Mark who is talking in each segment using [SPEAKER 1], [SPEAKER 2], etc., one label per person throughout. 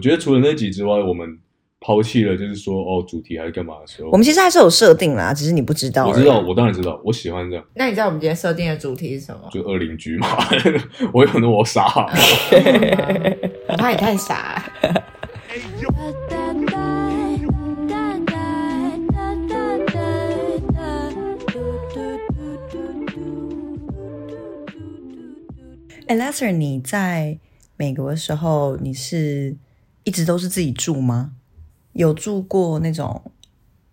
[SPEAKER 1] 觉得除了那集之外，我们抛弃了就是说哦主题还是干嘛的时候
[SPEAKER 2] 我，们其实还是有设定啦，只是你不知道。
[SPEAKER 1] 我知道，。我当然知道，我喜欢这样，
[SPEAKER 3] 那你知道我们今天设定的主题是什 么？
[SPEAKER 1] 就恶邻居嘛， 我有很多我 傻，
[SPEAKER 3] 我怕你太傻、
[SPEAKER 2] 哎，Lester，你在美国的时候，你是一直都是自己住吗？有住过那种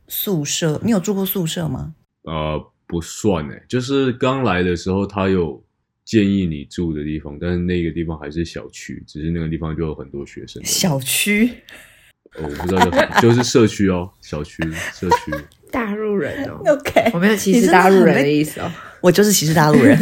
[SPEAKER 2] 宿舍？你有住过宿舍吗？
[SPEAKER 1] 呃，不算哎、就是刚来的时候他有建议你住的地方，但是那个地方还是小区，只是那个地方就有很多学生，
[SPEAKER 2] 小区？
[SPEAKER 1] 呃我不知道叫什么，就是社区哦，小区社区。
[SPEAKER 3] 大陆人哦
[SPEAKER 2] OK，
[SPEAKER 3] 我没有歧视大陆人的意思哦。
[SPEAKER 2] 我就是歧视大陆人。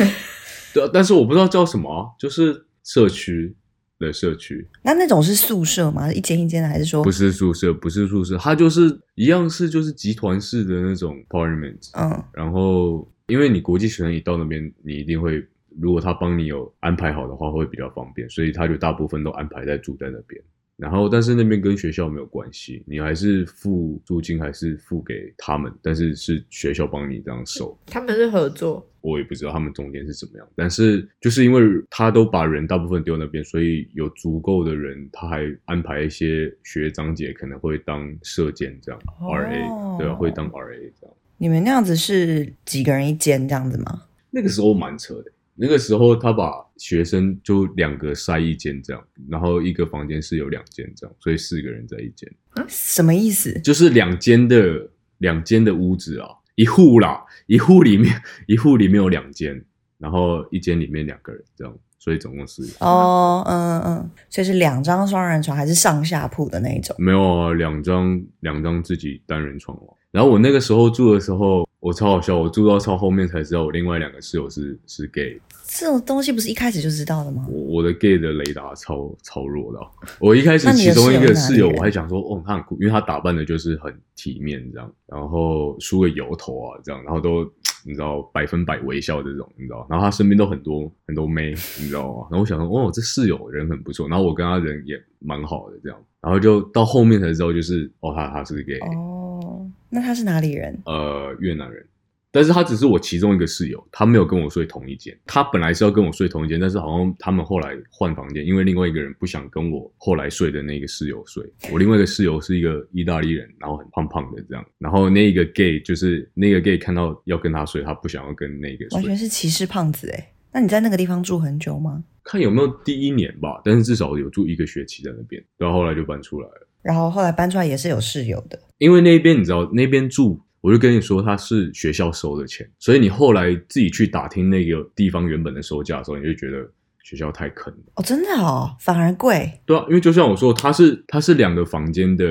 [SPEAKER 1] 对啊，但是我不知道叫什么啊，就是社区的社区，
[SPEAKER 2] 那那种是宿舍吗？一间一间的，还是说
[SPEAKER 1] 不？是宿舍，不是宿舍，它就是一样是就是集团式的那种 apartment。
[SPEAKER 2] 嗯，
[SPEAKER 1] 然后，因为你国际学生一到那边，你一定会，如果他帮你有安排好的话，会比较方便，所以他就大部分都安排在住在那边。然后，但是那边跟学校没有关系，你还是付租金，还是付给他们，但是是学校帮你这样收。
[SPEAKER 3] 他们是合作，
[SPEAKER 1] 我也不知道他们中间是怎么样，但是就是因为他都把人大部分丢那边，所以有足够的人，他还安排一些学长姐可能会当射箭这样、
[SPEAKER 2] 哦
[SPEAKER 1] r a 对啊，会当 RA 这样。
[SPEAKER 2] 你们那样子是几个人一间这样子吗？
[SPEAKER 1] 那个时候蛮扯的，那个时候他把学生就两个塞一间这样，然后一个房间是有两间这样，所以四个人在一间，
[SPEAKER 2] 什么意思？
[SPEAKER 1] 就是两间的两间的屋子啊，一户啦，一户里面一户里面有两间，然后一间里面两个人这样，所以总共四个。
[SPEAKER 2] 哦，嗯嗯，所以是两张双人床，还是上下铺的那一种？
[SPEAKER 1] 没有啊，两张两张自己单人床哦。然后我那个时候住的时候，我超好笑，我住到超后面才知道我另外两个室友是是 gay，
[SPEAKER 2] 这种东西不是一开始就知道的吗？
[SPEAKER 1] 我我的 gay 的雷达超超弱的哦、 我一开始
[SPEAKER 2] 那你
[SPEAKER 1] 其
[SPEAKER 2] 的
[SPEAKER 1] 中一个室
[SPEAKER 2] 室
[SPEAKER 1] 友
[SPEAKER 2] 友是哪里人
[SPEAKER 1] 我还想说，哦，他很酷，因为他打扮的就是很体面这样，然后梳个油头啊这样，然后都你知道百分百微笑这种，你知道，然后他身边都很多很多妹，你知道吗？然后我想说，哦，这室友人很不错，然后我跟他人也蛮好的这样，然后就到后面才知道，就是哦，他他是 gay，、
[SPEAKER 2] 哦，那他是哪里人？
[SPEAKER 1] 呃越南人，但是他只是我其中一个室友，他没有跟我睡同一间。他本来是要跟我睡同一间，但是好像他们后来换房间，因为另外一个人不想跟我后来睡的那个室友睡。我另外一个室友是一个意大利人，然后很胖胖的这样，然后那个 gay 就是那个 gay 看到要跟他睡，他不想要跟那个
[SPEAKER 2] 完
[SPEAKER 1] 睡
[SPEAKER 2] 全。是歧视胖子哎。那你在那个地方住很久吗？
[SPEAKER 1] 看有没有第一年吧，但是至少有住一个学期在那边，然后后来就搬出来了。
[SPEAKER 2] 然后后来搬出来也是有室友的，
[SPEAKER 1] 因为那边你知道，那边住，我就跟你说他是学校收的钱，所以你后来自己去打听那个地方原本的收价的时候，你就觉得学校太坑了。
[SPEAKER 2] 哦，真的哦，反而贵
[SPEAKER 1] 对啊，因为就像我说，它是它是两个房间的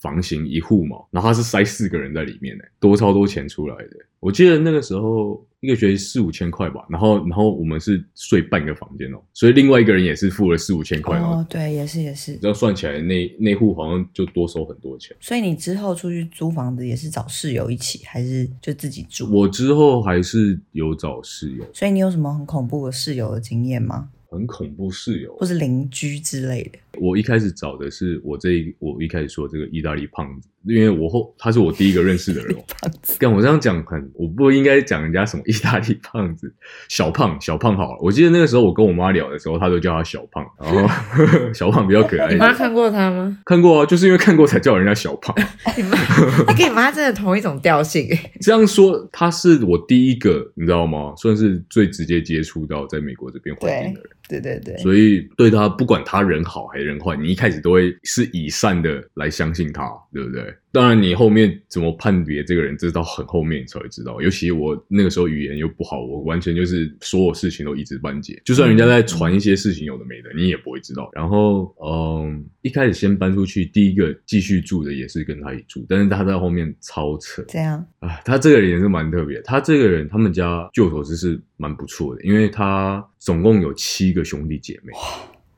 [SPEAKER 1] 房型一户嘛，然后它是塞四个人在里面呢，多超多钱出来的。我记得那个时候一个学期四五千块吧，然后然后我们是睡半个房间哦，所以另外一个人也是付了四五千块，然后
[SPEAKER 2] 哦，对，也是也是
[SPEAKER 1] 这。样算起来那那户好像就多收很多钱。
[SPEAKER 2] 所以你之后出去租房子也是找室友一起，还是就自己住？
[SPEAKER 1] 我之后还是有找室友。
[SPEAKER 2] 所以你有什么很恐怖的室友的经验吗？
[SPEAKER 1] 很恐怖室友
[SPEAKER 2] 或。是邻居之类的？
[SPEAKER 1] 我一开始找的是我这一我一开始说这个意大利胖子，因为我后他是我第一个认识的人。哦
[SPEAKER 2] 胖子
[SPEAKER 1] 跟我这样讲很，我不应该讲人家什么意大利胖子，小胖小胖好了。我记得那个时候我跟我妈聊的时候，她都叫他小胖，然 后小胖比较可爱
[SPEAKER 3] 你
[SPEAKER 1] 一
[SPEAKER 3] 妈
[SPEAKER 1] 点。
[SPEAKER 3] 看过他吗？
[SPEAKER 1] 看过啊，就是因为看过才叫人家小胖。
[SPEAKER 3] 你妈，你跟你妈真的同一种调性欸，
[SPEAKER 1] 这样说，他是我第一个，你知道吗？算是最直接接触到在美国这边环境的人。
[SPEAKER 2] 对对对，
[SPEAKER 1] 所以对他不管他人好还是人坏，你一开始都会是以善的来相信他，对不对？当然，你后面怎么判别这个人，这是到很后面你才会知道。尤其我那个时候语言又不好，我完全就是所有事情都一知半解，就算人家在传一些事情有的没的，你也不会知道。然后，嗯，一开始先搬出去，第一个继续住的也是跟他一起住，但是他在后面超扯，
[SPEAKER 2] 这样
[SPEAKER 1] 啊，他这个人也是蛮特别。他这个人，他们家据我所知是蛮不错的，因为他总共有七个兄弟姐妹，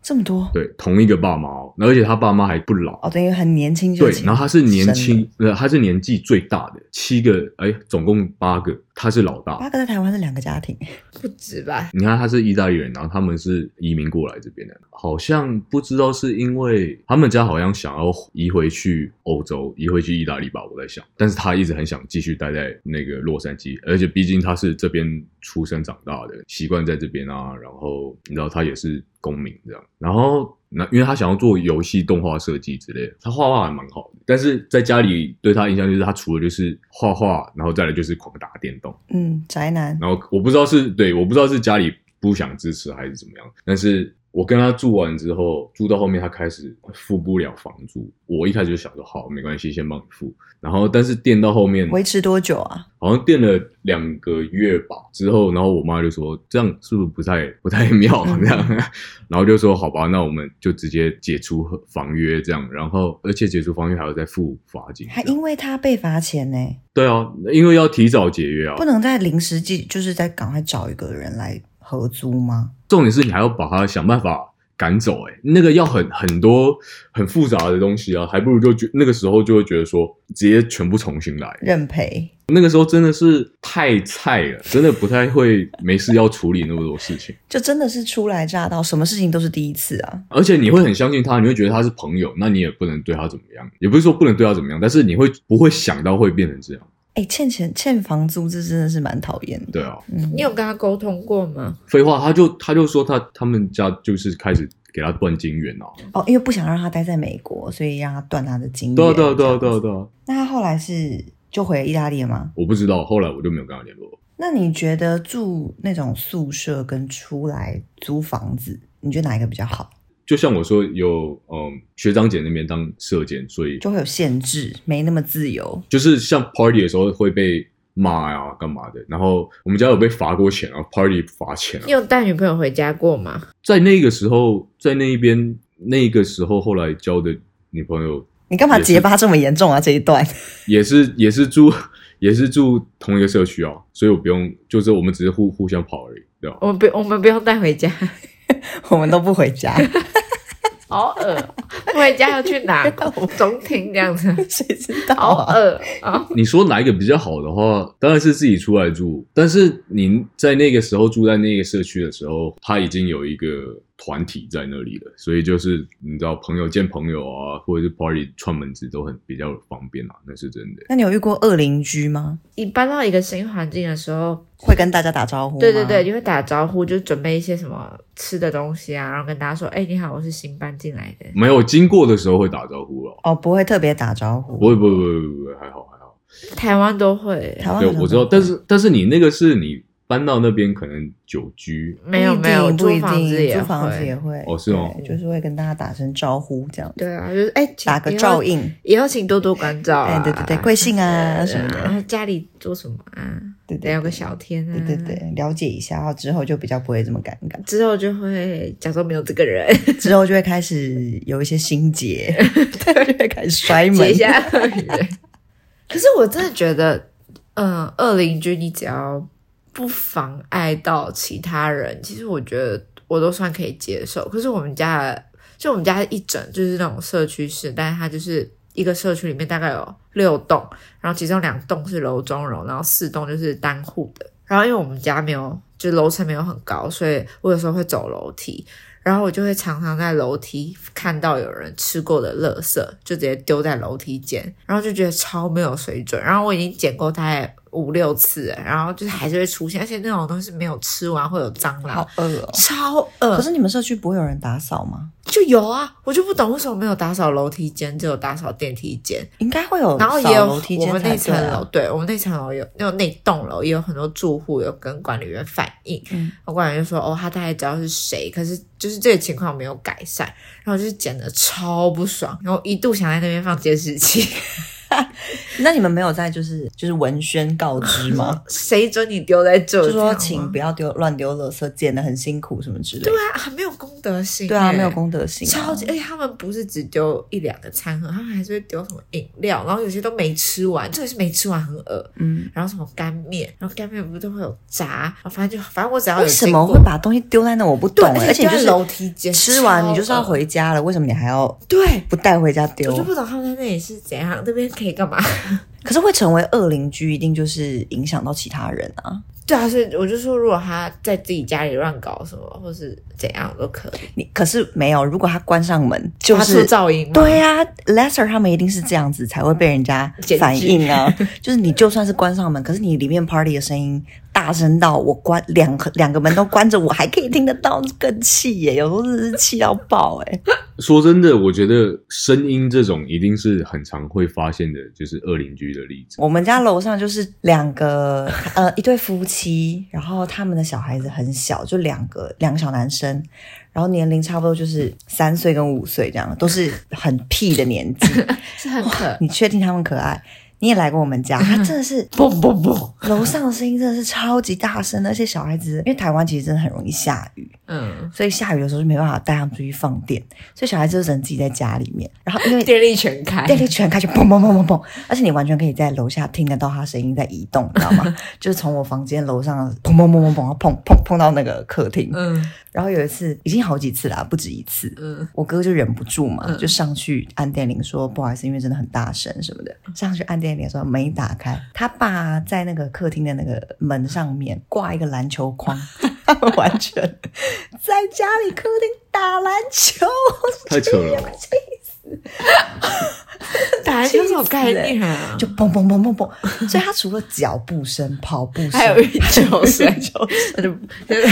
[SPEAKER 2] 这么多
[SPEAKER 1] 对，同一个爸妈哦，而且他爸妈还不老。
[SPEAKER 2] 哦，等于很年轻就
[SPEAKER 1] 对，
[SPEAKER 2] 请
[SPEAKER 1] 然后他是年
[SPEAKER 2] 生了
[SPEAKER 1] 轻，呃，他是年纪最大的，七个，哎，总共八个，他是老大
[SPEAKER 2] 八，个在台湾是两个家庭，
[SPEAKER 3] 不止吧？
[SPEAKER 1] 你看他是意大利人，然后他们是移民过来这边的，好像不知道是因为他们家好像想要移回去欧洲，移回去意大利吧，我在想，但是他一直很想继续待在那个洛杉矶，而且毕竟他是这边出生长大的，习惯在这边啊，然后你知道他也是公民这样，然后。那因为他想要做游戏动画设计之类的，他画画还蛮好的，但是在家里对他印象就是他除了就是画画，然后再来就是狂打电动。
[SPEAKER 2] 嗯，宅男，
[SPEAKER 1] 然后我不知道是对，我不知道是家里不想支持还是怎么样，但是我跟他住完之后，住到后面他开始付不了房租，我一开始就想说好，没关系，先帮你付，然后但是垫到后面
[SPEAKER 2] 维持多久啊？
[SPEAKER 1] 好像垫了两个月吧，之后然后我妈就说这样是不是不太不太妙啊
[SPEAKER 2] 嗯
[SPEAKER 1] 这样，然后就说好吧，那我们就直接解除合房约这样，然后而且解除房约还要再付罚金，
[SPEAKER 2] 还因为他被罚钱呢、
[SPEAKER 1] 对啊，因为要提早解约啊，
[SPEAKER 2] 不能再临时记，就是再赶快找一个人来合租吗？
[SPEAKER 1] 重点是你还要把他想办法赶走、欸，那个要很很多很复杂的东西啊，还不如就觉那个时候就会觉得说，直接全部重新来。
[SPEAKER 2] 认赔？
[SPEAKER 1] 那个时候真的是太菜了，真的不太会没事要处理那么多事情，
[SPEAKER 2] 就真的是初来乍到，什么事情都是第一次啊！
[SPEAKER 1] 而且你会很相信他，你会觉得他是朋友，那你也不能对他怎么样，也不是说不能对他怎么样，但是你会不会想到会变成这样？
[SPEAKER 2] 哎，欠钱欠房租，这真的是蛮讨厌的。
[SPEAKER 1] 对啊，
[SPEAKER 2] 嗯，
[SPEAKER 3] 你有跟他沟通过吗？
[SPEAKER 1] 废话，他就他就说他他们家就是开始给他断金元啊，
[SPEAKER 2] 哦，因为不想让他待在美国，所以让他断他的经验。
[SPEAKER 1] 对啊对啊对
[SPEAKER 2] 这
[SPEAKER 1] 啊
[SPEAKER 2] 样子
[SPEAKER 1] 对啊对啊，
[SPEAKER 2] 那他后来是就回意大利了吗？
[SPEAKER 1] 我不知道，后来我就没有跟他联络。
[SPEAKER 2] 那你觉得住那种宿舍跟出来租房子，你觉得哪一个比较好？
[SPEAKER 1] 就像我说有嗯学长姐那边当社监，所以
[SPEAKER 2] 就会有限制，没那么自由。
[SPEAKER 1] 就是像 party 的时候会被骂呀、干嘛的。然后我们家有被罚过钱啊，party 罚钱
[SPEAKER 3] 你
[SPEAKER 1] 啊。
[SPEAKER 3] 有带女朋友回家过吗？
[SPEAKER 1] 在那个时候，在那一边那个时候，后来交的女朋友
[SPEAKER 2] 你干嘛
[SPEAKER 1] 也是
[SPEAKER 2] 结巴这么严重啊？这一段
[SPEAKER 1] 也是也是住 也是住同一个社区啊，所以我不用，就是我们只是互互相跑而已，对吧？
[SPEAKER 3] 我们不，我们不用带回家，
[SPEAKER 2] 我们都不回 家，
[SPEAKER 3] 好恶。回家要去哪？ 中庭这样子，
[SPEAKER 2] 谁知道、
[SPEAKER 3] 好
[SPEAKER 2] 啊？
[SPEAKER 3] 恶啊！
[SPEAKER 1] 你说哪一个比较好的话，当然是自己出来住。但是你在那个时候住在那个社区的时候，他已经有一个团体在那里了，所以就是你知道朋友见朋友啊，或者是 party 串门子都很比较方便啊，那是真的。
[SPEAKER 2] 那你有遇过恶邻居吗？
[SPEAKER 3] 你搬到一个新环境的时候，
[SPEAKER 2] 会跟大家打招呼吗？
[SPEAKER 3] 对对对，，你会打招呼，就准备一些什么吃的东西啊，然后跟大家说：“哎、你好，我是新搬进来
[SPEAKER 2] 嗯
[SPEAKER 3] 的。
[SPEAKER 1] 没有经过的时候会打招呼了，
[SPEAKER 2] 哦，不会特别打招呼。
[SPEAKER 1] 不会不会不会不会，还好还好。”
[SPEAKER 3] 台湾都会，
[SPEAKER 2] 台湾
[SPEAKER 1] 对
[SPEAKER 2] 好，像
[SPEAKER 1] 我知道，
[SPEAKER 2] 都
[SPEAKER 1] 但是但是你那个是你搬到那边可能久居，
[SPEAKER 2] 不一
[SPEAKER 3] 没有
[SPEAKER 2] 定
[SPEAKER 3] 没有，
[SPEAKER 2] 不一
[SPEAKER 3] 租房子
[SPEAKER 2] 定，
[SPEAKER 3] 也
[SPEAKER 2] 租房子
[SPEAKER 3] 会
[SPEAKER 2] 也会
[SPEAKER 1] 哦是哦
[SPEAKER 2] 对就是会跟大家打声招呼这样，
[SPEAKER 3] 对啊，就是哎、请
[SPEAKER 2] 打个照，应。
[SPEAKER 3] 以后以后请多多关照、啊。
[SPEAKER 2] 哎，对对对，贵姓啊什么
[SPEAKER 3] 然
[SPEAKER 2] 的，
[SPEAKER 3] 后家里做什么啊？
[SPEAKER 2] 对
[SPEAKER 3] 得
[SPEAKER 2] 对
[SPEAKER 3] 有个小天啊。
[SPEAKER 2] 对对。对，了解一下，然后之后就比较不会这么尴尬，
[SPEAKER 3] 之后就会假装没有这个人，
[SPEAKER 2] 之后就会开始有一些心 结，对，就会开始摔门
[SPEAKER 3] 结。下恶缘。 可是我真的觉得，嗯，恶邻居你只要不妨碍到其他人，其实我觉得我都算可以接受。可是我们家的，就我们家一整就是那种社区式，但是它就是一个社区里面大概有六栋，然后其中两栋是楼中楼，然后四栋就是单户的。然后因为我们家没有，就楼层没有很高，所以我有时候会走楼梯，然后我就会常常在楼梯看到有人吃过的垃圾，就直接丢在楼梯间，然后就觉得超没有水准。然后我已经捡过大概五六次了，然后就是还是会出现，而且那种东西没有吃完会有蟑螂
[SPEAKER 2] 好，饿哦！
[SPEAKER 3] 超
[SPEAKER 2] 可
[SPEAKER 3] 恶
[SPEAKER 2] 是你们社区不会有人打扫吗？
[SPEAKER 3] 就有啊，我就不懂为什么没有打扫楼梯间，只有打扫电梯间。
[SPEAKER 2] 应该会有，
[SPEAKER 3] 然后也有
[SPEAKER 2] 哦楼梯
[SPEAKER 3] 我
[SPEAKER 2] 间
[SPEAKER 3] 们那
[SPEAKER 2] 才
[SPEAKER 3] 层
[SPEAKER 2] 对
[SPEAKER 3] 楼
[SPEAKER 2] 啊，
[SPEAKER 3] 对我们那层楼有那那栋楼也有很多住户有跟管理员反映，
[SPEAKER 2] 嗯
[SPEAKER 3] 然后管理员就说哦，他大概知道是谁，可是就是这个情况没有改善，然后就是剪的超不爽，然后一度想在那边放监视器，？
[SPEAKER 2] 那你们没有在就是就是文宣告知吗
[SPEAKER 3] 谁准你丢在 这？
[SPEAKER 2] 就
[SPEAKER 3] 这样
[SPEAKER 2] 说
[SPEAKER 3] 吗
[SPEAKER 2] 请不要丢乱丢垃圾，捡的很辛苦什么之类的
[SPEAKER 3] 对。啊，很没有公德心欸，
[SPEAKER 2] 对啊，没有公德心啊，
[SPEAKER 3] 超级，而且他们不是只丢一两个餐盒，他们还是会丢什么饮料，然后有些都没吃完，这个是没吃完很恶。
[SPEAKER 2] 嗯。
[SPEAKER 3] 然后什么干面，然后干面不是都会有炸，然后反正就反正我只要有
[SPEAKER 2] 为什
[SPEAKER 3] 经
[SPEAKER 2] 么
[SPEAKER 3] 过
[SPEAKER 2] 会把东西丢在那？我不懂
[SPEAKER 3] 对，
[SPEAKER 2] 欸，而且
[SPEAKER 3] 就
[SPEAKER 2] 就是
[SPEAKER 3] 在楼梯间
[SPEAKER 2] 吃完
[SPEAKER 3] 超
[SPEAKER 2] 你就是要
[SPEAKER 3] 恶
[SPEAKER 2] 回家了，为什么你还要
[SPEAKER 3] 对。
[SPEAKER 2] 不带回家丢
[SPEAKER 3] 我就？不懂他们在那里是怎样，那边可以干嘛？
[SPEAKER 2] 可是会成为恶邻居，一定就是影响到其他人啊。
[SPEAKER 3] 对啊，所以我就说，如果他在自己家里乱搞什么，或是怎样都可以，
[SPEAKER 2] 你可是没有，如果他关上门，就
[SPEAKER 3] 发出
[SPEAKER 2] 是
[SPEAKER 3] 噪音嘛。
[SPEAKER 2] 对呀、l e s s e r 他们一定是这样子才会被人家
[SPEAKER 3] 检举
[SPEAKER 2] 反应啊。 就是你就算是关上门，可是你里面 party 的声音大声到我关两个两个门都关着，我还可以听得到，更气耶！有时候真的是气到爆哎。
[SPEAKER 1] 说真的，我觉得声音这种一定是很常会发现的，就是恶邻居的例子。
[SPEAKER 2] 我们家楼上就是两个呃一对夫妻，然后他们的小孩子很小，就两个两个小男生，然后年龄差不多就是三岁跟五岁这样，都是很屁的年纪。
[SPEAKER 3] 是很可
[SPEAKER 2] 你确定他们可爱？你也来过我们家，他真的是
[SPEAKER 3] 嘣嘣嘣，
[SPEAKER 2] 楼上的声音真的是超级大声的，而且小孩子，因为台湾其实真的很容易下雨，
[SPEAKER 3] 嗯，
[SPEAKER 2] 所以下雨的时候就没办法带他们出去放电，所以小孩子就只能自己在家里面。然后因为
[SPEAKER 3] 电力全开，
[SPEAKER 2] 电力全开就砰砰砰砰砰，而且你完全可以在楼下听得到他声音在移动，你知道吗？就是从我房间楼上砰砰砰砰砰碰碰碰到那个客厅。
[SPEAKER 3] 嗯
[SPEAKER 2] 然后有一次，已经好几次啦，不止一次，
[SPEAKER 3] 嗯，
[SPEAKER 2] 我哥就忍不住嘛，
[SPEAKER 3] 嗯
[SPEAKER 2] 就上去按电铃说不好意思，因为真的很大声什么的。上去按电铃的时候门一打开，他爸在那个客厅的那个门上面挂一个篮球框， 他们完全在家里客厅打篮球，
[SPEAKER 1] 太扯了吧，
[SPEAKER 3] 打篮球这种概念
[SPEAKER 1] 哦
[SPEAKER 3] 啊，
[SPEAKER 2] 就砰砰砰砰砰。所以他除了脚步声、跑步声，
[SPEAKER 3] 还有运球声
[SPEAKER 2] 运球声
[SPEAKER 3] 那就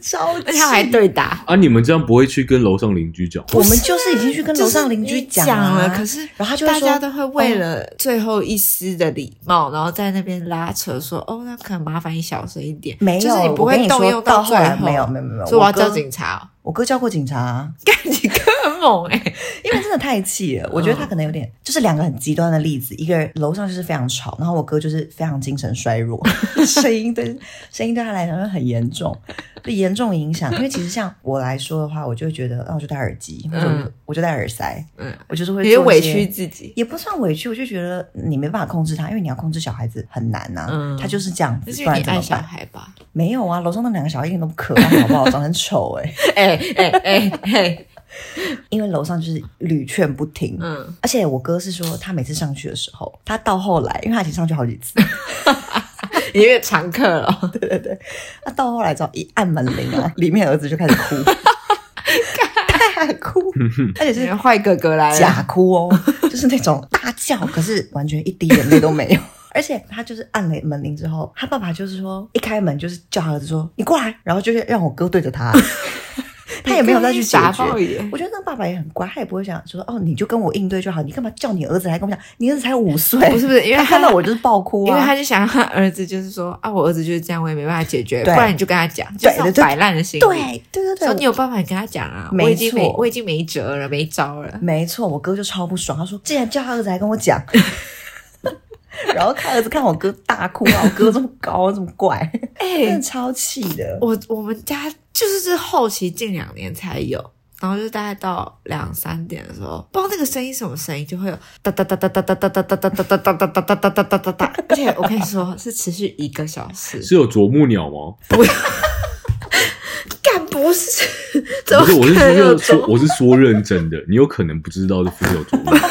[SPEAKER 2] 超
[SPEAKER 3] 那
[SPEAKER 2] 级。
[SPEAKER 3] 他还对打，
[SPEAKER 1] 啊！你们这样不会去跟楼上邻居讲？
[SPEAKER 2] 我们就是已经去跟楼上邻
[SPEAKER 3] 就是
[SPEAKER 2] 居
[SPEAKER 3] 你
[SPEAKER 2] 讲
[SPEAKER 3] 讲
[SPEAKER 2] 啊
[SPEAKER 3] 了，可是
[SPEAKER 2] 然后他就会
[SPEAKER 3] 大
[SPEAKER 2] 说哦
[SPEAKER 3] 家都会为了最后一丝的礼貌，然后在那边拉扯说，哦，那可能麻烦你小声一点，
[SPEAKER 2] 没有
[SPEAKER 3] 就是你不
[SPEAKER 2] 我跟
[SPEAKER 3] 会
[SPEAKER 2] 你
[SPEAKER 3] 动
[SPEAKER 2] 说
[SPEAKER 3] 用
[SPEAKER 2] 到
[SPEAKER 3] 最
[SPEAKER 2] 后来没有没有没有
[SPEAKER 3] 所以我要
[SPEAKER 2] 我哥
[SPEAKER 3] 叫警察哦，
[SPEAKER 2] 我哥叫过警察、啊。
[SPEAKER 3] 干你哥很猛哎、
[SPEAKER 2] 因为真的太气了，我觉得
[SPEAKER 3] 嗯
[SPEAKER 2] 他可能有点，就是两个很极端的例子，一个楼上就是非常吵，然后我哥就是非常精神衰 弱，声音对声音对他来讲就很严重，就严重影响。因为其实像我来说的话，我就会觉得，哦那、我就戴耳机，或者我就、
[SPEAKER 3] 嗯
[SPEAKER 2] 我就戴耳塞，
[SPEAKER 3] 嗯
[SPEAKER 2] 我就是会
[SPEAKER 3] 你就
[SPEAKER 2] 做
[SPEAKER 3] 委
[SPEAKER 2] 一些
[SPEAKER 3] 屈自己，
[SPEAKER 2] 也不算委屈，我就觉得你没办法控制他，因为你要控制小孩子很难呐、
[SPEAKER 3] 嗯
[SPEAKER 2] 他就是这样子
[SPEAKER 3] 这，是
[SPEAKER 2] 不
[SPEAKER 3] 因为
[SPEAKER 2] 然
[SPEAKER 3] 你
[SPEAKER 2] 怎
[SPEAKER 3] 爱
[SPEAKER 2] 么
[SPEAKER 3] 小
[SPEAKER 2] 办？
[SPEAKER 3] 孩吧？
[SPEAKER 2] 没有啊，楼上那两个小孩一点都不可爱，好不好？长得很丑哎、
[SPEAKER 3] 哎哎哎哎，
[SPEAKER 2] 因为楼上就是屡劝不听，
[SPEAKER 3] 嗯，
[SPEAKER 2] 而且我哥是说，他每次上去的时候，他到后来，因为他已经上去好几次，
[SPEAKER 3] 因为常客哦了，
[SPEAKER 2] 他到后来只要一按门铃啊，里面儿子就开始哭，大哭，而且是
[SPEAKER 3] 坏哥哥来
[SPEAKER 2] 假
[SPEAKER 3] 了，
[SPEAKER 2] 哭哦，就是那种大叫，可是完全一滴眼泪都没有。 而且他就是按了门铃之后，他爸爸就是说，一开门就是叫他儿子说：“你过来。”然后就是让我哥对着他，他也没有再去解
[SPEAKER 3] 傻
[SPEAKER 2] 决。
[SPEAKER 3] 爆眼，
[SPEAKER 2] 我觉得那爸爸也很乖，他也不会想说哦，你就跟我应对就好，你干嘛叫你儿子来跟我讲？你儿子才五岁，
[SPEAKER 3] 不是不是，因为
[SPEAKER 2] 他
[SPEAKER 3] 他
[SPEAKER 2] 看到我就是爆哭啊，
[SPEAKER 3] 因为他就想让他儿子就是说啊，我儿子就是这样，我也没办法解决，不
[SPEAKER 2] 对
[SPEAKER 3] 然你就跟他讲，就是那
[SPEAKER 2] 对
[SPEAKER 3] 种
[SPEAKER 2] 对
[SPEAKER 3] 摆烂的心理。
[SPEAKER 2] 对对
[SPEAKER 3] 说
[SPEAKER 2] 对
[SPEAKER 3] 你
[SPEAKER 2] 对。
[SPEAKER 3] 有办法，你跟他讲啊，
[SPEAKER 2] 没
[SPEAKER 3] 我已经没
[SPEAKER 2] 错
[SPEAKER 3] 我已经没辙了，没招了。
[SPEAKER 2] 没错，我哥就超不爽，他说：“竟然叫他儿子来跟我 讲。”然后看儿子看我哥大哭啊，我哥这么高这么怪，
[SPEAKER 3] 哎、
[SPEAKER 2] 真的超气的。
[SPEAKER 3] 我我们家就是是后期近两年才有。然后就大概到两三点的时候，不知道那个声音什么声音，就会有哒哒哒哒哒哒哒哒哒哒哒哒哒哒哒哒哒哒哒哒。而且我跟你说，是持续一个小时。
[SPEAKER 1] 是有啄木鸟吗？
[SPEAKER 3] 干不是？怎
[SPEAKER 1] 不
[SPEAKER 3] 么
[SPEAKER 1] 是，我是
[SPEAKER 3] 可能有
[SPEAKER 1] 说
[SPEAKER 3] 中
[SPEAKER 1] 说，？我是说认真的。你有可能不知道这附近有 啄木鸟。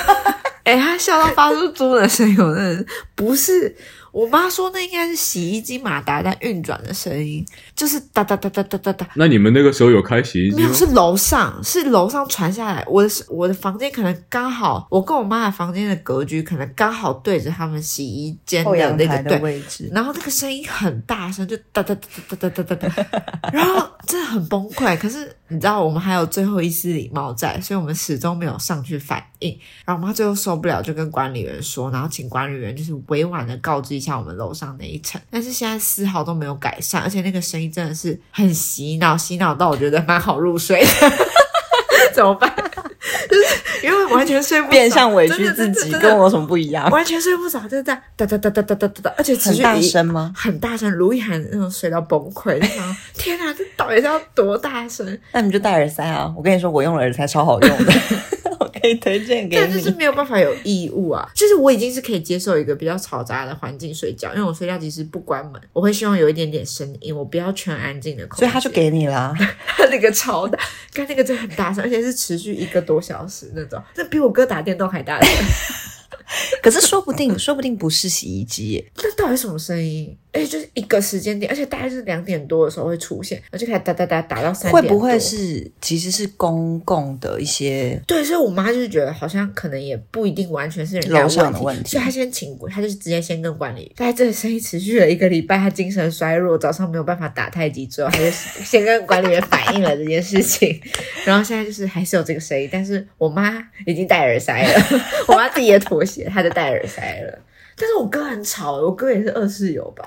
[SPEAKER 3] 哎、他笑到发出猪的声音，我真的是不是。我妈说那应该是洗衣机马达在运转的声音，就是哒哒哒哒哒哒哒。
[SPEAKER 1] 那你们那个时候有开洗衣
[SPEAKER 3] 没
[SPEAKER 1] 机吗
[SPEAKER 3] 有，？是楼上，是楼上传下来。我的我的房间可能刚好，我跟我妈的房间的格局可能刚好对着他们洗衣间
[SPEAKER 2] 后
[SPEAKER 3] 的
[SPEAKER 2] 阳
[SPEAKER 3] 那
[SPEAKER 2] 台
[SPEAKER 3] 个
[SPEAKER 2] 的
[SPEAKER 3] 对。
[SPEAKER 2] 位 置，
[SPEAKER 3] 然后那个声音很大声，就哒哒哒哒哒哒哒哒哒，然后真的很崩溃。可是你知道，我们还有最后一丝礼貌在，所以我们始终没有上去反应。然后我妈最后受不了，就跟管理员说，然后请管理员就是委婉的告知一下我们楼上那一层。但是现在丝毫都没有改善，而且那个声音真的是很洗脑，洗脑到我觉得蛮好入睡的。怎么办？就是因为完全睡不着，
[SPEAKER 2] 变相委
[SPEAKER 3] 真
[SPEAKER 2] 屈
[SPEAKER 3] 的
[SPEAKER 2] 自
[SPEAKER 3] 真的
[SPEAKER 2] 己，
[SPEAKER 3] 真的
[SPEAKER 2] 跟我有什么不一样？
[SPEAKER 3] 完全睡不着，就在哒哒哒哒哒哒哒哒，而且持
[SPEAKER 2] 很
[SPEAKER 3] 续
[SPEAKER 2] 大
[SPEAKER 3] 一
[SPEAKER 2] 声吗
[SPEAKER 3] 很大声，卢意涵那种睡到崩 溃，就想说天啊，这到底是要多大声？
[SPEAKER 2] 那你就戴耳塞啊！我跟你说，我用了耳塞超好 用的，我可以推荐给
[SPEAKER 3] 但就是
[SPEAKER 2] 你。
[SPEAKER 3] 没有办法有异物啊，就是我已经是可以接受一个比较嘈杂的环境睡觉，因为我睡觉其实不关门，我会希望有一点点声音，我不要全安静的空间。
[SPEAKER 2] 所以他就给你啊啦。
[SPEAKER 3] 他那个超大，看那个真的很大声，而且是持续一个多小时那种，那比我哥打电动还大声。
[SPEAKER 2] 可是说不定， 说不定不是洗衣机耶，
[SPEAKER 3] 那到底什么声音？而且就是一个时间点，而且大概是两点多的时候会出现，然后就开始打打打打到三点
[SPEAKER 2] 会
[SPEAKER 3] 多。
[SPEAKER 2] 不会是其实是公共的一些？
[SPEAKER 3] 对，所以我妈就是觉得好像可能也不一定完全是人家
[SPEAKER 2] 楼上的
[SPEAKER 3] 问
[SPEAKER 2] 问题
[SPEAKER 3] 所以她先请，她就是直接先跟管理。但这个生意持续了一个礼拜，她精神衰弱，早上没有办法打太极，之后她就先跟管理员反映了这件事 情。然后现在就是还是有这个生意，但是我妈已经戴耳塞了，我妈自己也妥协，她就戴耳塞了。但是我哥很吵，我哥也是二室友吧？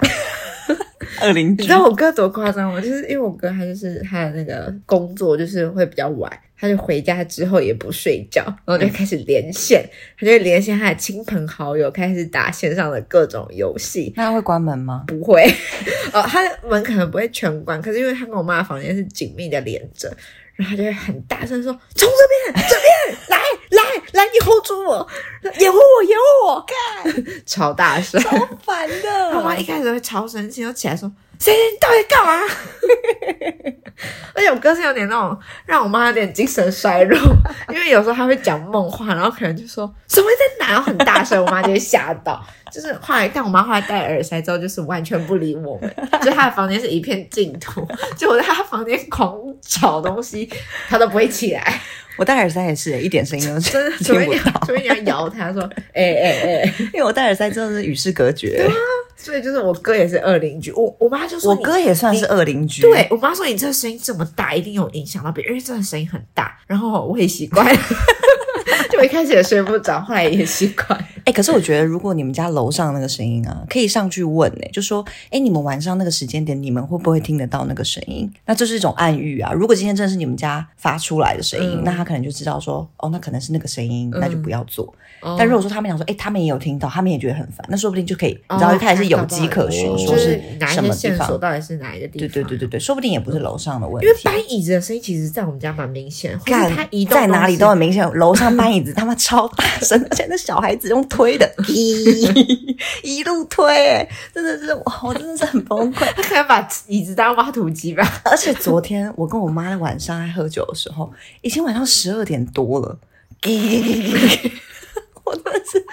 [SPEAKER 2] 二邻
[SPEAKER 3] 你
[SPEAKER 2] 居
[SPEAKER 3] 知道我哥多夸张吗？就是因为我哥他就是他的那个工作就是会比较晚，他就回家之后也不睡觉，然后就开始连线，他就连线他的亲朋好友，开始打线上的各种游戏。
[SPEAKER 2] 那会关门吗？
[SPEAKER 3] 不会，哦，他的门可能不会全关，可是因为他跟我妈的房间是紧密的连着，然后他就会很大声说：“从这边，这边来来来，你 hold 住我，掩护我，掩护我！”干， 超大声，
[SPEAKER 2] 好烦的
[SPEAKER 3] 他妈一开始会超生气，就起来说：“谁？你到底干嘛？” 而且我哥是有点那种让我妈有点精神衰弱，因为有时候他会讲梦话，然后可能就说什么在哪，然后很大声，我妈就会吓到。就是后来，但我妈后来戴耳塞之后，就是完全不理我 们，就她的房间是一片净土，就我在她房间狂找东西，她都不会 起来，
[SPEAKER 2] 我戴耳塞也是耶，一点声音都
[SPEAKER 3] 真的，除
[SPEAKER 2] 听
[SPEAKER 3] 非
[SPEAKER 2] 不
[SPEAKER 3] 你
[SPEAKER 2] 到，
[SPEAKER 3] 除非你要摇她说，哎哎哎，
[SPEAKER 2] 因为我戴耳塞真的是与世隔绝。
[SPEAKER 3] 啊所以就是我哥也是二邻居，我我妈就说
[SPEAKER 2] 我
[SPEAKER 3] 你
[SPEAKER 2] 哥也算是二邻居，
[SPEAKER 3] 对，我妈说你这个声音这么大，一定有影响到别人，因为真的声音很大。然后我也习 惯，就我一开始也睡不着，后来也习惯。
[SPEAKER 2] 哎、可是我觉得，如果你们家楼上那个声音啊，可以上去问哎、就说，哎、你们晚上那个时间点，你们会不会听得到那个声音？那这是一种暗喻啊。如果今天真的是你们家发出来的声音，
[SPEAKER 3] 嗯
[SPEAKER 2] 那他可能就知道说，哦，那可能是那个声音，那就不要做。但
[SPEAKER 3] 但
[SPEAKER 2] 如
[SPEAKER 3] 如
[SPEAKER 2] 果
[SPEAKER 3] 果
[SPEAKER 2] 说他们讲说，哎、他们也有听到，他们也觉得很烦，那说不定就可以，你知
[SPEAKER 3] 哦
[SPEAKER 2] 道，他也是有
[SPEAKER 3] 搞不好
[SPEAKER 2] 迹可循，
[SPEAKER 1] 哦
[SPEAKER 2] 说
[SPEAKER 3] 就是是哪一
[SPEAKER 2] 什
[SPEAKER 3] 些
[SPEAKER 2] 么地
[SPEAKER 3] 线索，
[SPEAKER 2] 方。
[SPEAKER 3] 到底是哪一个地
[SPEAKER 2] 对
[SPEAKER 3] 方？
[SPEAKER 2] 对对对。对，说不定也不是楼上的问
[SPEAKER 3] 因为
[SPEAKER 2] 题。
[SPEAKER 3] 搬椅子的声音，其实在我们家蛮明显，或
[SPEAKER 2] 干
[SPEAKER 3] 是他移动
[SPEAKER 2] 在哪里
[SPEAKER 3] 东
[SPEAKER 2] 都
[SPEAKER 3] 西
[SPEAKER 2] 很明显，楼上搬椅子他妈超大声，现在那小孩子用推 的， 咦一路推、欸，真的是哇，我真的是很崩溃。
[SPEAKER 3] 他可能把椅子当挖土机吧。
[SPEAKER 2] 而且昨天我跟我妈在晚上在喝酒的时候，已经晚上十二点多了， 咦我真的是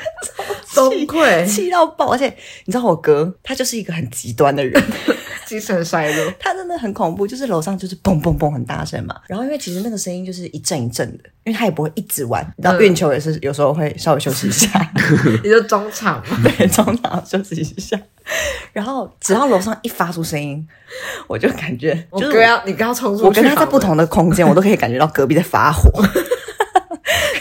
[SPEAKER 2] 超气
[SPEAKER 3] 崩溃
[SPEAKER 2] 气到爆。而且你知道我哥，他就是一个很极端的人，
[SPEAKER 3] 精神衰弱，
[SPEAKER 2] 他真的很恐怖，就是楼上就是砰砰砰很大声嘛，然后因为其实那个声音就是一阵一阵的，因为他也不会一直玩，然后运球也是有时候会稍微休息一下，
[SPEAKER 3] 你就中场嘛。
[SPEAKER 2] 对， 中场休息一下，然后只要楼上一发出声音，我就感觉
[SPEAKER 3] 我
[SPEAKER 2] 就是
[SPEAKER 3] 哥要你刚要冲出去，
[SPEAKER 2] 我跟他在不，同的空间，我都可以感觉到隔壁在发火，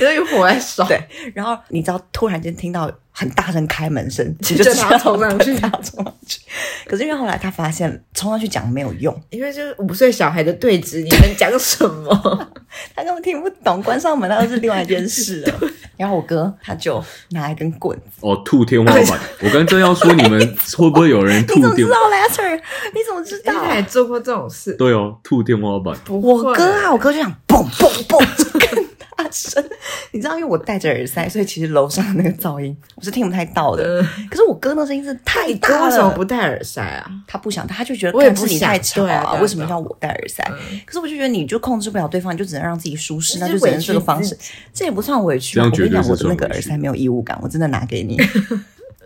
[SPEAKER 3] 因为火在烧。
[SPEAKER 2] 对， 然后你知道突然间听到很大声开门声，你
[SPEAKER 3] 就
[SPEAKER 2] 就
[SPEAKER 3] 他
[SPEAKER 2] 知道
[SPEAKER 3] 冲上去
[SPEAKER 2] 对他冲上去， 可是因为后来他发现冲上去讲没有用。
[SPEAKER 3] 因为就是五岁小孩的对峙，你能讲什 么？
[SPEAKER 2] 他根本听不懂，关上门那又是另外一件事 了。然后我哥他就拿一根棍子，
[SPEAKER 1] 哦，吐天花 板！我刚正要说你们会不会有人
[SPEAKER 2] 你怎
[SPEAKER 1] 吐
[SPEAKER 2] 么
[SPEAKER 1] 天
[SPEAKER 2] 知？道 Lasser？你怎么知
[SPEAKER 3] 因为
[SPEAKER 2] 道
[SPEAKER 3] 他？也做过这种事。
[SPEAKER 1] 对哦，吐天花板。
[SPEAKER 3] 不会
[SPEAKER 2] 我哥啊，我哥就想嘣嘣嘣，就更 大声。你知道，因为我戴着耳塞，所以其实楼上的那个噪音我是听不太到的。可是我哥那声音是太
[SPEAKER 3] 呃你
[SPEAKER 2] 大
[SPEAKER 3] 哥
[SPEAKER 2] 了，
[SPEAKER 3] 为什么不戴耳塞啊？
[SPEAKER 2] 他不想，他就觉得
[SPEAKER 3] 我也
[SPEAKER 2] 干是
[SPEAKER 3] 不
[SPEAKER 2] 你
[SPEAKER 3] 想
[SPEAKER 2] 太吵
[SPEAKER 3] 对啊对啊
[SPEAKER 2] 为什么
[SPEAKER 3] 对啊
[SPEAKER 2] 要我戴耳塞？可是我就觉得你就控制不了对方，你就只能让自己舒适，
[SPEAKER 3] 你
[SPEAKER 2] 那
[SPEAKER 3] 是
[SPEAKER 2] 就只能
[SPEAKER 3] 委屈
[SPEAKER 2] 这个方式
[SPEAKER 3] 自。
[SPEAKER 2] 这也不算委屈吧。啊
[SPEAKER 1] 这样
[SPEAKER 2] 我跟你
[SPEAKER 1] 绝对
[SPEAKER 2] 讲，
[SPEAKER 1] 是
[SPEAKER 2] 我的那
[SPEAKER 1] 算
[SPEAKER 2] 个
[SPEAKER 1] 委
[SPEAKER 2] 耳
[SPEAKER 1] 屈
[SPEAKER 2] 塞没有义务感，我真的拿给 你。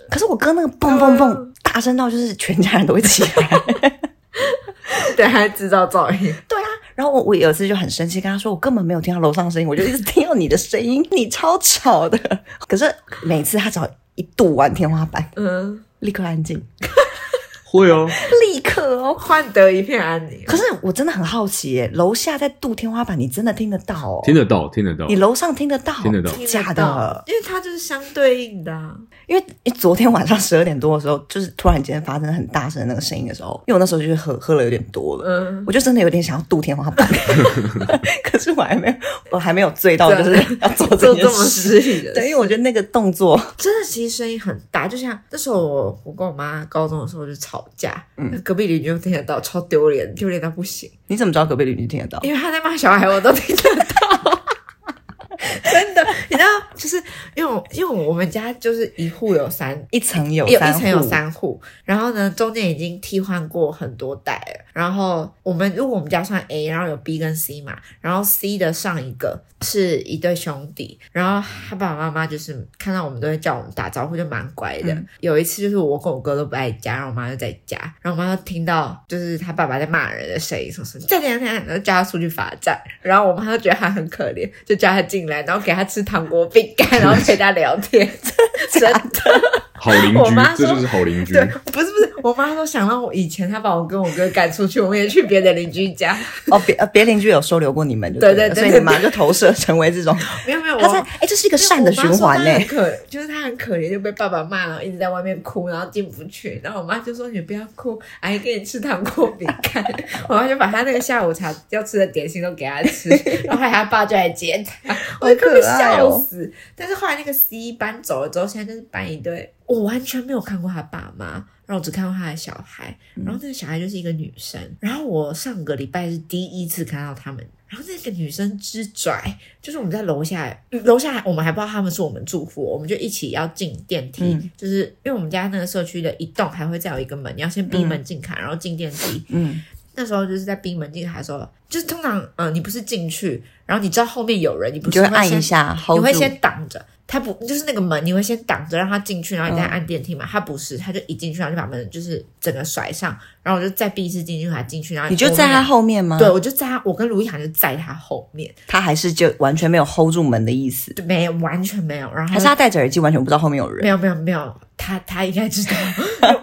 [SPEAKER 2] 可是我哥那个蹦蹦蹦，大声到就是全家人都会起 来。
[SPEAKER 3] 对，还制造噪音。
[SPEAKER 2] 对啊，然后我我有一次就很生气，跟他说我根本没有听到楼上的声音，我就一直听到你的声音，你超吵的。可是每次他只要一度完天花板，
[SPEAKER 3] 嗯，
[SPEAKER 2] 立刻安静，
[SPEAKER 1] 会哦，
[SPEAKER 2] 立刻哦。
[SPEAKER 3] 换得一片安宁。啊
[SPEAKER 2] 可是我真的很好奇耶，楼下在度天花板，你真的听得到哦？
[SPEAKER 1] 听得到，听得到
[SPEAKER 2] 你。楼上听得到？
[SPEAKER 1] 听得到
[SPEAKER 2] 真的
[SPEAKER 3] 听
[SPEAKER 2] 假
[SPEAKER 3] 得到
[SPEAKER 2] 的？，
[SPEAKER 3] 因为它就是相对应的、啊。
[SPEAKER 2] 因为因为昨天晚上十二点多的时候，就是突然间发生很大声的那个声音的时候，因为我那时候就是喝喝了有点多了，
[SPEAKER 3] 嗯，
[SPEAKER 2] 我就真的有点想要度天花 板，可是我还没有，我还没有醉到，就是要做这
[SPEAKER 3] 做
[SPEAKER 2] 件
[SPEAKER 3] 这么
[SPEAKER 2] 事。
[SPEAKER 3] 失礼的
[SPEAKER 2] 对，
[SPEAKER 3] 事，
[SPEAKER 2] 因为我觉得那个动作，
[SPEAKER 3] 真的其实声音很大。就像那时候我我跟我妈高中的时候就吵架，嗯、隔壁邻居都听得到，超丢脸，丢脸到不行。
[SPEAKER 2] 你怎么知道隔壁邻居听得到？
[SPEAKER 3] 因为他在骂小孩，我都听得到。 真的，你知道，就是因为我因为我们家就是一户有三
[SPEAKER 2] 一层有
[SPEAKER 3] 有
[SPEAKER 2] 三
[SPEAKER 3] 一层有
[SPEAKER 2] 户，
[SPEAKER 3] 三户，然后呢，中间已经替换过很多代了。然后我们如果我们家算 A，然后有 B 跟 C 嘛，然后 C 的上一个是一对兄弟，然后他爸爸妈妈就是看到我们都会叫我们打招呼，就蛮乖的。
[SPEAKER 2] 嗯
[SPEAKER 3] 有一次就是我跟我哥都不在家，然后我妈就在家，然后我妈就听到就是他爸爸在骂人的声音，说什么再怎样怎样，然后叫他出去罚站，然后我妈就觉得他很可怜，就叫他进来，然后给他吃糖果饼干，然后陪他聊天， 真的。
[SPEAKER 1] 好邻
[SPEAKER 3] 我
[SPEAKER 1] 居
[SPEAKER 3] 妈，
[SPEAKER 1] 这
[SPEAKER 3] 说
[SPEAKER 1] 就是好邻居。
[SPEAKER 3] 对，不是不是，我妈都想到我以前她把我跟我哥赶出去，我们也去别的邻居家，
[SPEAKER 2] 哦，别呃别邻居有收留过你们就
[SPEAKER 3] 对对
[SPEAKER 2] 了
[SPEAKER 3] 对
[SPEAKER 2] 所以
[SPEAKER 3] 对
[SPEAKER 2] 你妈就投射成为这种，
[SPEAKER 3] 没有没有， 我
[SPEAKER 2] 他在哎，这是一个善的循环
[SPEAKER 3] 呢
[SPEAKER 2] 呢。。
[SPEAKER 3] 可就是她很可怜，就被爸爸骂，然后一直在外面哭，然后进不去，然后我妈就说你不要哭，阿姨给你吃糖果饼干， 我妈就把她那个下午茶要吃的点心都给她吃，然后还她爸就来接她，我就快被
[SPEAKER 2] 哦
[SPEAKER 3] 笑死。但是后来那个 C 搬走了之后，现在就是搬一对，我完全没有看过他爸妈。然后我只看过他的小孩，然后
[SPEAKER 2] 嗯
[SPEAKER 3] 那个小孩就是一个女生，然后我上个礼拜是第一次看到他们，然后那个女生之拽，就是我们在楼下，嗯楼下我们还不知道他们是我们住户，我们就一起要进电梯，
[SPEAKER 2] 嗯
[SPEAKER 3] 就是因为我们家那个社区的一栋还会再有一个门，你要先逼门进卡，然后进电梯，
[SPEAKER 2] 嗯，
[SPEAKER 3] 那时候就是在逼门进卡的时候，就是通常，嗯、你不是进去，然后你知道后面有人，你不
[SPEAKER 2] 你
[SPEAKER 3] 是
[SPEAKER 2] 就会
[SPEAKER 3] 先
[SPEAKER 2] 按一，下
[SPEAKER 3] 你
[SPEAKER 2] hold
[SPEAKER 3] 会
[SPEAKER 2] 住。
[SPEAKER 3] 先挡着。他不就是那个门，你会先挡着让他进去，然后你
[SPEAKER 2] 嗯
[SPEAKER 3] 再按电梯嘛？他不是，他就一进去，然后就把门就是整个甩上，然后我就再逼一次进去，他进去，然后
[SPEAKER 2] 你就在他
[SPEAKER 3] 后
[SPEAKER 2] 后嗯面吗？
[SPEAKER 3] 面，对，，我就在他，我跟卢一涵就在他后面，
[SPEAKER 2] 他还是就完全没有 hold 住门的意思，
[SPEAKER 3] 就没有完全没有，然后
[SPEAKER 2] 还是他戴着耳机，完全不知道后面有
[SPEAKER 3] 没
[SPEAKER 2] 人。
[SPEAKER 3] 有没有没有，他他应该知 道，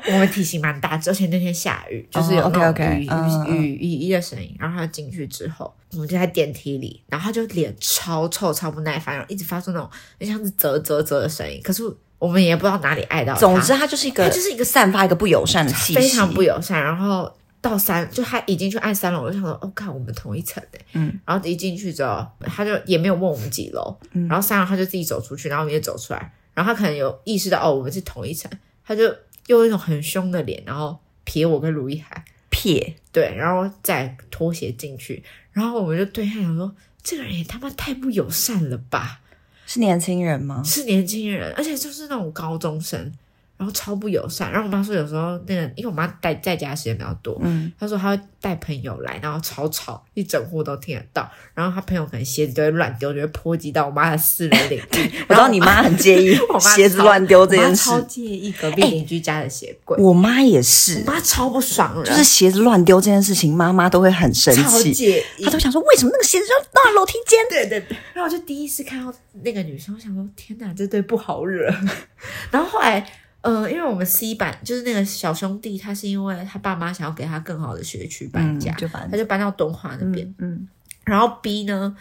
[SPEAKER 3] 因为我们体型蛮大，之前那天下雨，就是有
[SPEAKER 2] 哦
[SPEAKER 3] 那种
[SPEAKER 2] ，OK，OK，
[SPEAKER 3] 雨、
[SPEAKER 2] 嗯嗯
[SPEAKER 3] 雨雨雨衣的声音。然后他进去之后，我们就在电梯里，然后他就脸超臭、超不耐烦，然后一直发出那种很像是啧啧啧的声音。可是我们也不知道哪里爱到他
[SPEAKER 2] 总之，他就是一个，
[SPEAKER 3] 他就是一个
[SPEAKER 2] 散发一个不友善的气息，
[SPEAKER 3] 非常不友善。然后到三，就他已经去按三楼，我就想说，哦，看我们同一层欸
[SPEAKER 2] 嗯，
[SPEAKER 3] 然后一进去之后，他就也没有问我们几楼，
[SPEAKER 2] 嗯
[SPEAKER 3] 然后三楼他就自己走出去，然后我们也走出来，然后他可能有意识到哦，我们是同一层，他就用一种很凶的脸，然后瞥我跟卢一涵，
[SPEAKER 2] 撇。
[SPEAKER 3] 对，然后再拖鞋进去，然后我们就对他想说，这个人也他妈太不友善了吧。
[SPEAKER 2] 是年轻人吗？
[SPEAKER 3] 是年轻人，而且就是那种高中生，然后超不友善。然后我妈说，有时候那个，因为我妈待在家时间比较多，
[SPEAKER 2] 嗯，
[SPEAKER 3] 她说她会带朋友来，然后吵吵，一整户都听得到。然后她朋友可能鞋子都会乱丢，就会波及到我妈的私人领地。
[SPEAKER 2] 我知道你妈很介意
[SPEAKER 3] 我妈
[SPEAKER 2] 鞋子乱丢这件事
[SPEAKER 3] 超，我妈超介意隔壁邻居家的鞋柜，
[SPEAKER 2] 我妈也是
[SPEAKER 3] 我，妈超不爽人，
[SPEAKER 2] 就是鞋子乱丢这件事情，妈妈都会很生
[SPEAKER 3] 超
[SPEAKER 2] 气，
[SPEAKER 3] 介意
[SPEAKER 2] 她。都想说为什么那个鞋子要到楼梯间？
[SPEAKER 3] 对对对，然后我就第一次看到那个女生，我想说天哪，这对不好惹。 然后后来，呃，因为我们 C 班就是那个小兄弟，他是因为他爸妈想要给他更好的学区搬家，
[SPEAKER 2] 嗯就反
[SPEAKER 3] 他
[SPEAKER 2] 正
[SPEAKER 3] 就搬到东华那边。
[SPEAKER 2] 嗯，
[SPEAKER 3] 然后 B 呢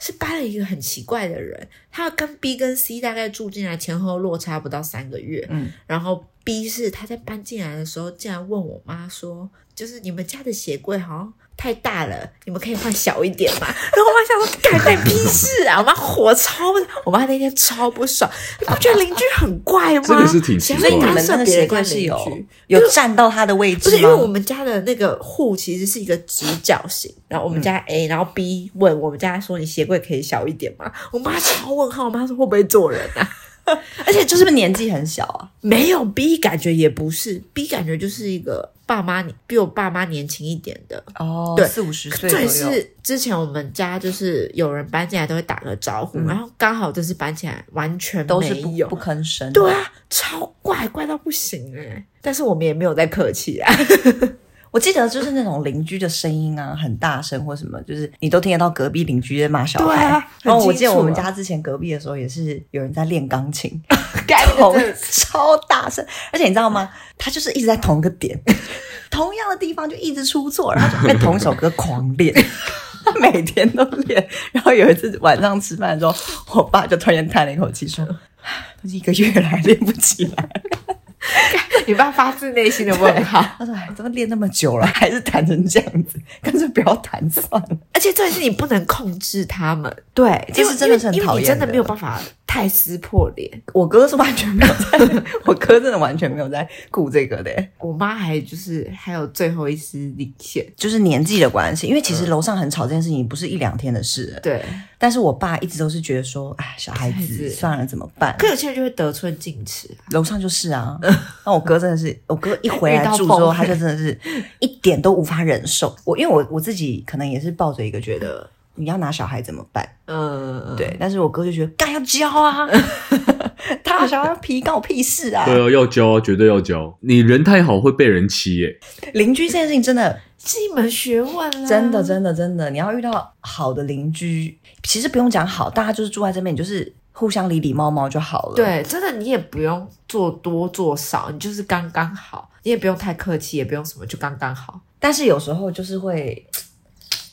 [SPEAKER 3] 是搬了一个很奇怪的人，他跟 B 跟 C 大概住进来前后落差不到三个月，
[SPEAKER 2] 嗯，
[SPEAKER 3] 然后 B 是他在搬进来的时候竟然问我妈说，就是你们家的鞋柜好像。太大了，你们可以换小一点嘛。然后我妈想说，干干屁事啊！我妈火超，我妈那天超不爽，你不觉得邻居很怪吗？
[SPEAKER 1] 这个是挺奇怪的
[SPEAKER 2] 所以你
[SPEAKER 3] 谁会
[SPEAKER 2] 们
[SPEAKER 3] 干涉
[SPEAKER 2] 那个
[SPEAKER 3] 别人
[SPEAKER 2] 鞋柜
[SPEAKER 3] 家
[SPEAKER 2] 是
[SPEAKER 3] 邻
[SPEAKER 2] 有
[SPEAKER 3] 居
[SPEAKER 2] 有占到她的位
[SPEAKER 3] 不
[SPEAKER 2] 置
[SPEAKER 3] 是
[SPEAKER 2] 吗？
[SPEAKER 3] 因为我们家的那个户其实是一个直角形，然后我们家 A，、然后 B 问我们家说你鞋柜可以小一点吗？我妈超问号，我妈说会不会做人啊？
[SPEAKER 2] 而且就是不是年纪很小啊？
[SPEAKER 3] 没有 B 感觉也不是，B 感觉就是一个爸妈比我爸妈年轻一点的。
[SPEAKER 2] 哦
[SPEAKER 3] 对
[SPEAKER 2] 四五十岁
[SPEAKER 3] 这也是之前我们家就是有人搬进来都会打个招呼，然后刚好这次搬进来完全
[SPEAKER 2] 都是
[SPEAKER 3] 没
[SPEAKER 2] 不
[SPEAKER 3] 有
[SPEAKER 2] 不，吭声。
[SPEAKER 3] 对，啊，超怪怪到不行哎、但是我们也没有在客气啊，
[SPEAKER 2] 我记得就是那种邻居的声音啊，很大声或什么，就是你都听得到隔壁邻居在骂小孩。
[SPEAKER 3] 对啊
[SPEAKER 2] 然后我
[SPEAKER 3] 很
[SPEAKER 2] 记
[SPEAKER 3] 清
[SPEAKER 2] 得
[SPEAKER 3] 楚啊
[SPEAKER 2] 我们家之前隔壁的时候也是有人在练钢琴，
[SPEAKER 3] 该
[SPEAKER 2] 同超大声，而且你知道吗？他就是一直在同一个 点，同样的地方就一直出错，然后就在同一首歌狂练。 他每天都练，然后有一次晚上吃饭的时候，我爸就突然间叹了一口气说：“唉都一个月来练不起来。”
[SPEAKER 3] 你爸发自内心的问号。
[SPEAKER 2] 他说：“哎，怎么练那么久了， 还是弹成这样子？ 干脆不要弹算了。
[SPEAKER 3] 而且重点是你不能控制他们，”
[SPEAKER 2] 对，其实真的是很
[SPEAKER 3] 因为
[SPEAKER 2] 讨
[SPEAKER 3] 你
[SPEAKER 2] 厌，
[SPEAKER 3] 真的没有办法太撕破脸。
[SPEAKER 2] 我哥是完全没有在， 我哥真的完全没有在顾这个的欸，
[SPEAKER 3] 我妈还就是还有最后一丝底线，
[SPEAKER 2] 就是年纪的关系。因为其实楼上很吵这件事情不是一两天的事了，
[SPEAKER 3] 对。
[SPEAKER 2] 但是我爸一直都是觉得说，哎，小孩
[SPEAKER 3] 孩
[SPEAKER 2] 子
[SPEAKER 3] 子
[SPEAKER 2] 算了，怎么办？
[SPEAKER 3] 可有些人就会得寸进尺啊，
[SPEAKER 2] 楼上就是啊，那我哥真的是，我哥一回来住之
[SPEAKER 3] 遇到
[SPEAKER 2] 后，
[SPEAKER 3] 疯
[SPEAKER 2] 他就真的是一点都无法忍受。我因为我我自己可能也是抱着一个觉得你要拿小孩怎么办，
[SPEAKER 3] 嗯，
[SPEAKER 2] 对，但是我哥就觉得干要教啊，他小孩皮干我屁事啊。
[SPEAKER 1] 对啊，要教啊，绝对要教。你人太好会被人欺耶、
[SPEAKER 2] 邻居这件事情真的
[SPEAKER 3] 是一门学问啊啦，
[SPEAKER 2] 真的真的真的，你要遇到好的邻居，其实不用讲好，大家就是住在这边，你就是互相礼礼貌貌就好了。，
[SPEAKER 3] 对，真的你也不用做多做少，你就是刚刚好，你也不用太客气，也不用什么，就刚刚好。
[SPEAKER 2] 但是有时候就是会，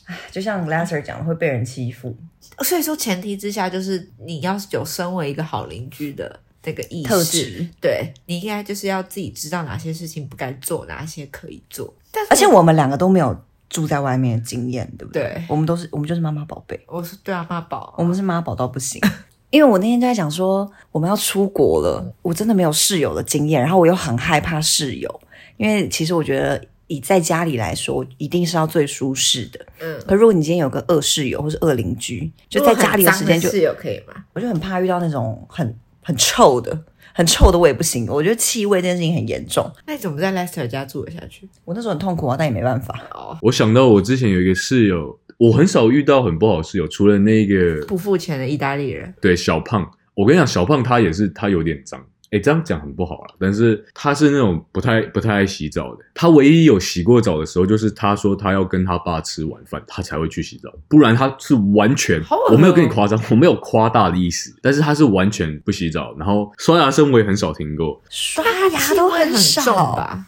[SPEAKER 2] 唉就像 Lasser 讲的，会被人欺负。
[SPEAKER 3] 所以说，前提之下就是你要有身为一个好邻居的那个意识，
[SPEAKER 2] 特质
[SPEAKER 3] 对你应该就是要自己知道哪些事情不该做，哪些可以做。但是
[SPEAKER 2] 而且我们两个都没有住在外面的经验，对不对？
[SPEAKER 3] 对
[SPEAKER 2] 我们都是我们就是妈妈宝贝，
[SPEAKER 3] 我是对阿妈宝，
[SPEAKER 2] 我们是妈宝到不行。因为我那天就在讲说我们要出国了，我真的没有室友的经验，然后我又很害怕室友，因为其实我觉得以在家里来说，一定是要最舒适的。
[SPEAKER 3] 嗯，
[SPEAKER 2] 可如果你今天有个恶室友或是恶邻居，就在家里
[SPEAKER 3] 的
[SPEAKER 2] 时间就
[SPEAKER 3] 室友可以吗？
[SPEAKER 2] 我就很怕遇到那种很很臭的、很臭的我也不行，我觉得气味这件事情很严重。
[SPEAKER 3] 那你怎么在 Lester 家住得下去？
[SPEAKER 2] 我那时候很痛苦啊，但也没办法。
[SPEAKER 3] 哦，
[SPEAKER 1] 我想到我之前有一个室友，我很少遇到很不好的室友，除了那个
[SPEAKER 3] 不付钱的意大利人，
[SPEAKER 1] 对小胖。我跟你讲，小胖他也是，他有点脏。哎，这样讲很不好了，但是他是那种不太不太爱洗澡的。他唯一有洗过澡的时候，就是他说他要跟他爸吃晚饭，他才会去洗澡，不然他是完全
[SPEAKER 3] 好恶哦
[SPEAKER 1] 我没有跟你夸张，我没有夸大的意思，但是他是完全不洗澡，然后刷牙声我也很少听过，
[SPEAKER 2] 刷
[SPEAKER 3] 气
[SPEAKER 2] 牙
[SPEAKER 3] 味
[SPEAKER 2] 都
[SPEAKER 3] 很重
[SPEAKER 2] 少，
[SPEAKER 3] 吧？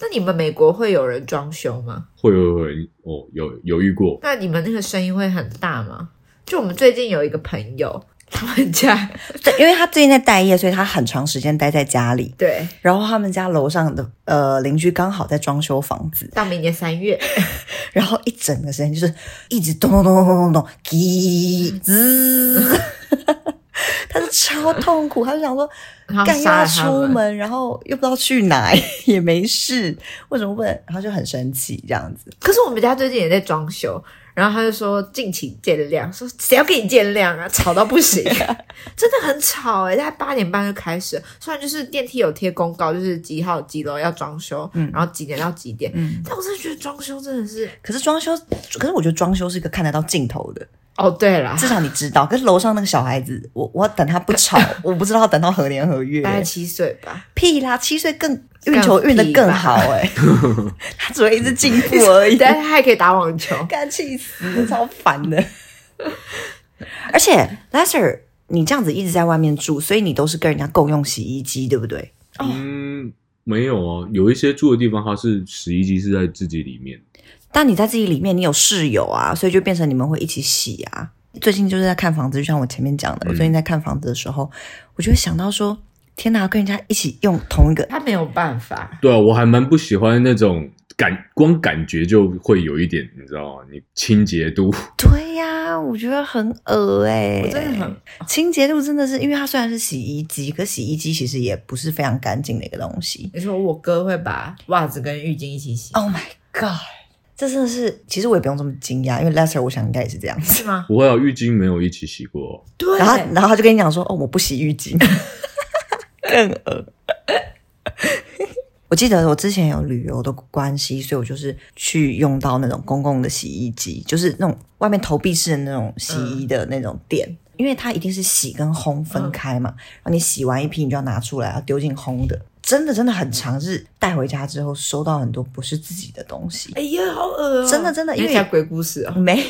[SPEAKER 3] 那你们美国会有人装修吗？
[SPEAKER 1] 会会会哦，有有遇过，
[SPEAKER 3] 那你们那个声音会很大吗？就我们最近有一个朋友，他们家
[SPEAKER 2] 对，因为他最近在待业，所以他很长时间待在家里。
[SPEAKER 3] 对
[SPEAKER 2] 然后他们家楼上的呃邻居刚好在装修房子，
[SPEAKER 3] 到明年三月，
[SPEAKER 2] 然后一整个时间就是一直咚咚咚咚咚咚，叽滋， 他是超痛苦，他就想说，
[SPEAKER 3] 然后
[SPEAKER 2] 干又
[SPEAKER 3] 杀
[SPEAKER 2] 要
[SPEAKER 3] 了他
[SPEAKER 2] 出
[SPEAKER 3] 们。
[SPEAKER 2] 门，然后又不知道去哪， 也没事，为什么不能？然后就很生气这样子。
[SPEAKER 3] 可是我们家最近也在装修，然后他就说敬请见谅，说谁要给你见 谅啊，吵到不行，真的很吵哎、大概八点半就开始了，虽然就是电梯有贴公告，就是几号几楼要装修，然后几点到几点，
[SPEAKER 2] 嗯
[SPEAKER 3] 但我真的觉得装修真的是，
[SPEAKER 2] 可是装修，可是我觉得装修是一个看得到尽头的，
[SPEAKER 3] 哦对啦，
[SPEAKER 2] 至少你知道。可是楼上那个小孩子，我我要等他不 吵，我不知道要等到何年何月
[SPEAKER 3] 大。概七岁 吧，
[SPEAKER 2] 屁啦，七岁更运球运的更好哎、 他只会一直进步而已。
[SPEAKER 3] 但是他还可以打网球，
[SPEAKER 2] 干气死，超烦的。 而且 Lesser，你这样子一直在外面住，所以你都是跟人家共用洗衣机，对不对？
[SPEAKER 3] 哦
[SPEAKER 1] 嗯，没有啊，有一些住的地方它是洗衣机是在自己里面，
[SPEAKER 2] 但你在自己里面，你有室友啊，所以就变成你们会一起洗啊。最近就是在看房子，就像我前面讲的，
[SPEAKER 1] 嗯
[SPEAKER 2] 我最近在看房子的时候，我就会想到说，天哪，跟人家一起用同一个，
[SPEAKER 3] 他没有办 法，
[SPEAKER 1] 对啊，我还蛮不喜欢那种感，光感觉就会有一点，你知道吗？你清洁度，
[SPEAKER 2] 对呀、我觉得很恶哎、
[SPEAKER 3] 我真的很
[SPEAKER 2] 清洁度真的是，因为它虽然是洗衣机，可洗衣机其实也不是非常干净的一个东西。
[SPEAKER 3] 你说我哥会把袜子跟浴巾一起洗，
[SPEAKER 2] Oh my god！这真的是，其实我也不用这么惊讶，因为 Lesser 我想应该也是这样子。
[SPEAKER 3] 是吗？
[SPEAKER 1] 不会啊，浴巾没有一起洗过哦、
[SPEAKER 3] 对
[SPEAKER 2] 然后他，然后他就跟你讲说：“哦，我不洗浴巾， 更恶。” 我记得我之前有旅游的关系，所以我就是去用到那种公共的洗衣机，就是那种外面投币式的那种洗衣的那种店，因为它一定是洗跟烘分开嘛。然后你洗完一批，你就要拿出来，要丢进烘的。真的真的很长，是带回家之后收到很多不是自己的东西。
[SPEAKER 3] 哎呀，好恶哦
[SPEAKER 2] 真的真的因为
[SPEAKER 3] 因为讲鬼故事哦，
[SPEAKER 2] 没有，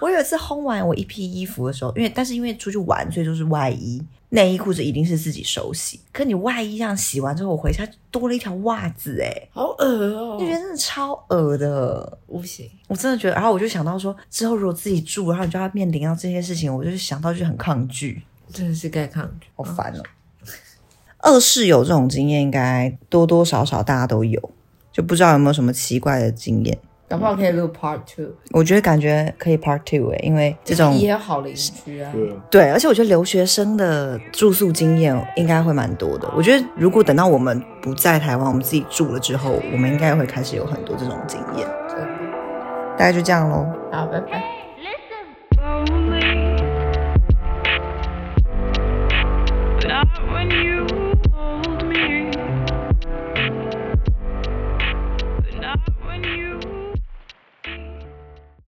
[SPEAKER 2] 我有一次烘完我一批衣服的时候，因为但是因为出去玩，所以就是外衣、内衣、裤子一定是自己手洗。可你外衣这样洗完之后，我回家多了一条袜子、欸，
[SPEAKER 3] 好恶哦
[SPEAKER 2] 哎，就觉得真的超恶的。
[SPEAKER 3] 无形。
[SPEAKER 2] 我真的觉得，然后我就想到说，之后如果自己住，然后你就要面临到这些事情，我就是想到就很抗拒，
[SPEAKER 3] 真的是该抗拒，
[SPEAKER 2] 好烦哦。二室友这种经验，应该多多少少大家都有，就不知道有没有什么奇怪的经验。
[SPEAKER 3] 搞不好可以录 Part Two，
[SPEAKER 2] 我觉得感觉可以 Part Two 哎、因为这种
[SPEAKER 3] 也有好邻居啊。
[SPEAKER 1] 对啊，
[SPEAKER 2] 对，而且我觉得留学生的住宿经验应该会蛮多的。我觉得如果等到我们不在台湾，我们自己住了之后，我们应该会开始有很多这种经验。
[SPEAKER 3] 真的
[SPEAKER 2] 大概就这样喽。
[SPEAKER 3] 好，拜拜。